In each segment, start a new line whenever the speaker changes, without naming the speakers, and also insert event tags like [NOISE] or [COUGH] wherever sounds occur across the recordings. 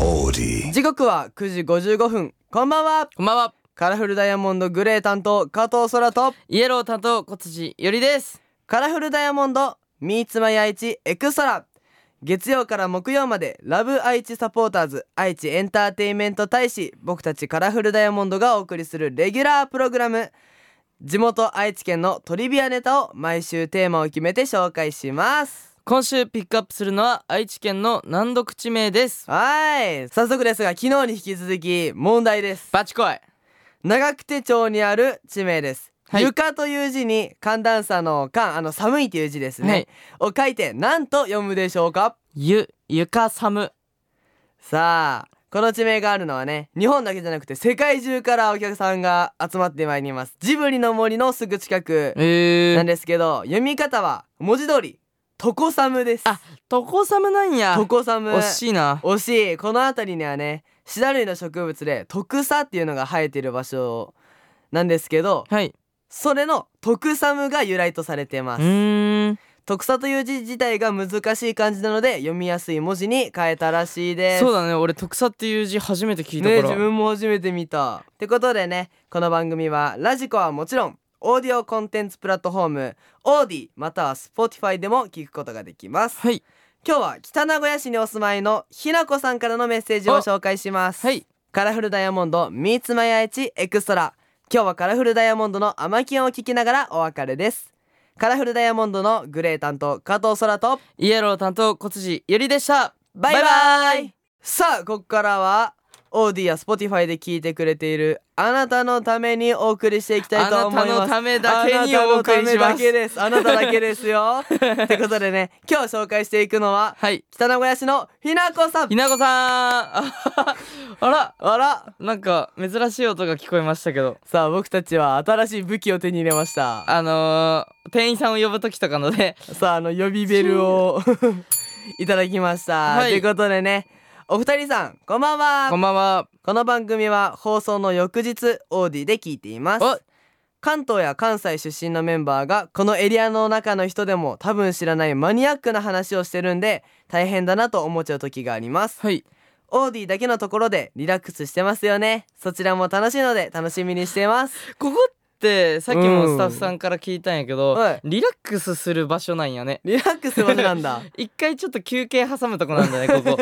オーディ
時刻は9時55分こんばんは
こんばんは。
カラフルダイヤモンドグレー担当加藤空と
イエロー担当小辻よりです。
カラフルダイヤモンド三つ愛知エクストラ月曜から木曜までラブ愛知サポーターズ愛知エンターテインメント大使僕たちカラフルダイヤモンドがお送りするレギュラープログラム地元愛知県のトリビアネタを毎週テーマを決めて紹介します
今週ピックアップするのは愛知県の難読地名です。
はい早速ですが昨日に引き続き問題です
バチコイ。
長久手町にある地名です、
はい
床という字に寒暖差の寒あの寒いという字ですね、を書いて何と読むでしょうか
ゆ、ゆかさむ。
さあこの地名があるのはね日本だけじゃなくて世界中からお客さんが集まってまいりますジブリの森のすぐ近く
え
なんですけど、読み方は文字通りトコサムです
あとこさむなんや。
トコサム
惜しいな。
惜しいこの辺りにはねシダ類の植物でトクサっていうのが生えている場所なんですけど
はい。
それの徳サムが由来とされていうます
ーん。
徳サという字自体が難しい漢字なので読みやすい文字に変えたらしいです
そうだね。俺特さっていう字初めて聞いた
ね
か
自
ら。
分も初めて見たってことでねこの番組はラジコはもちろんオーディオコンテンツプラットフォームオーディまたは Spotify でも聞くことができます
はい。
今日は北名古屋市にお住まいのひなこさんからのメッセージを紹介します
はい。
カラフルダイヤモンド三つまやいちエクストラ今日はカラフルダイヤモンドの甘きを聞きながらお別れですカラフルダイヤモンドのグレー担当加藤空と
イエロー担当小辻よりでした。
バ
バ
イ
イ
バ
バ
イ
イ。
さあここからはオーディやスポティファイで聞いてくれているあなたのためにお送りしていきたいと思います
あなたのためだけにお送り
あなたの
し
ため
ま
だけ
す。 [LAUGHS]
ですあなただけですよってことでね今日紹介していくのは
はい。
北名古屋市のひなこさん
ひなこさん。 [LAUGHS] ああら。
あら
なんか珍しい音が聞こえましたけど。
さあ僕たちは新しい武器を手に入れました
あのー、店員さんを呼ぶ時とかのね
さああの予備ベルを [LAUGHS] いただきました、
はい
ということでねお二人さんこんばんは
こんばんは
この番組は放送の翌日オーディで聞いています
お
関東や関西出身のメンバーがこのエリアの中の人でも多分知らないマニアックな話をしてるんで大変だなと思っちゃう時があります
はい
オーディだけのところでリラックスしてますよねそちらも楽しいので楽しみにしています
ここってさっきもスタッフさんから聞いたんやけど、
はい
リラックスする場所なんやね
[LAUGHS] リラックスまでなんだ
一回ちょっと休憩挟むとこなんだね
[LAUGHS]
ここ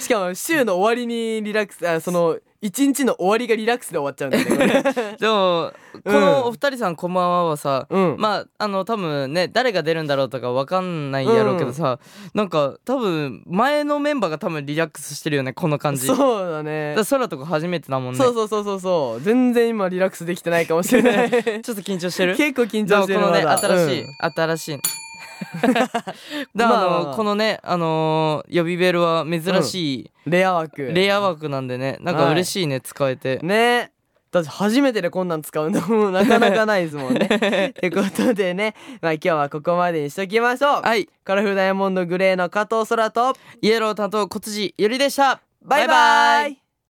しかも週の終わりにリラックスあその一日の終わりがリラックスで終わっちゃうんだよねこれ
でもこのお二人さんこんばんははさ、
うん
[LAUGHS] まああの多分ね誰が出るんだろうとかわかんないやろうけどさ、なんか多分前のメンバーが多分リラックスしてるよねこの感じだか
そうだね
ら空とか初めてだもんね
そうそうそうそうそう全然今リラックスできてないかもしれない
ちょっと緊張してる
結構 [LAUGHS] 緊
で
張し
も
て
こ
る
のね
まだ
新しい、
うん [LAUGHS]
新しい
ま
で
あまあ
あのこのねあのー、予備ベルは珍し
レア枠
いレア枠なんでねなんか嬉しいね使えて
ねだって初めてでこんなん使うんだもん [LAUGHS] なかなかないですもん
[LAUGHS]
ねってことでねまあ今日はここまでにしときましょう
はい
カラフルダイヤモンドグレーの加藤空と
イエロー担当小辻ゆりでした
バイバイ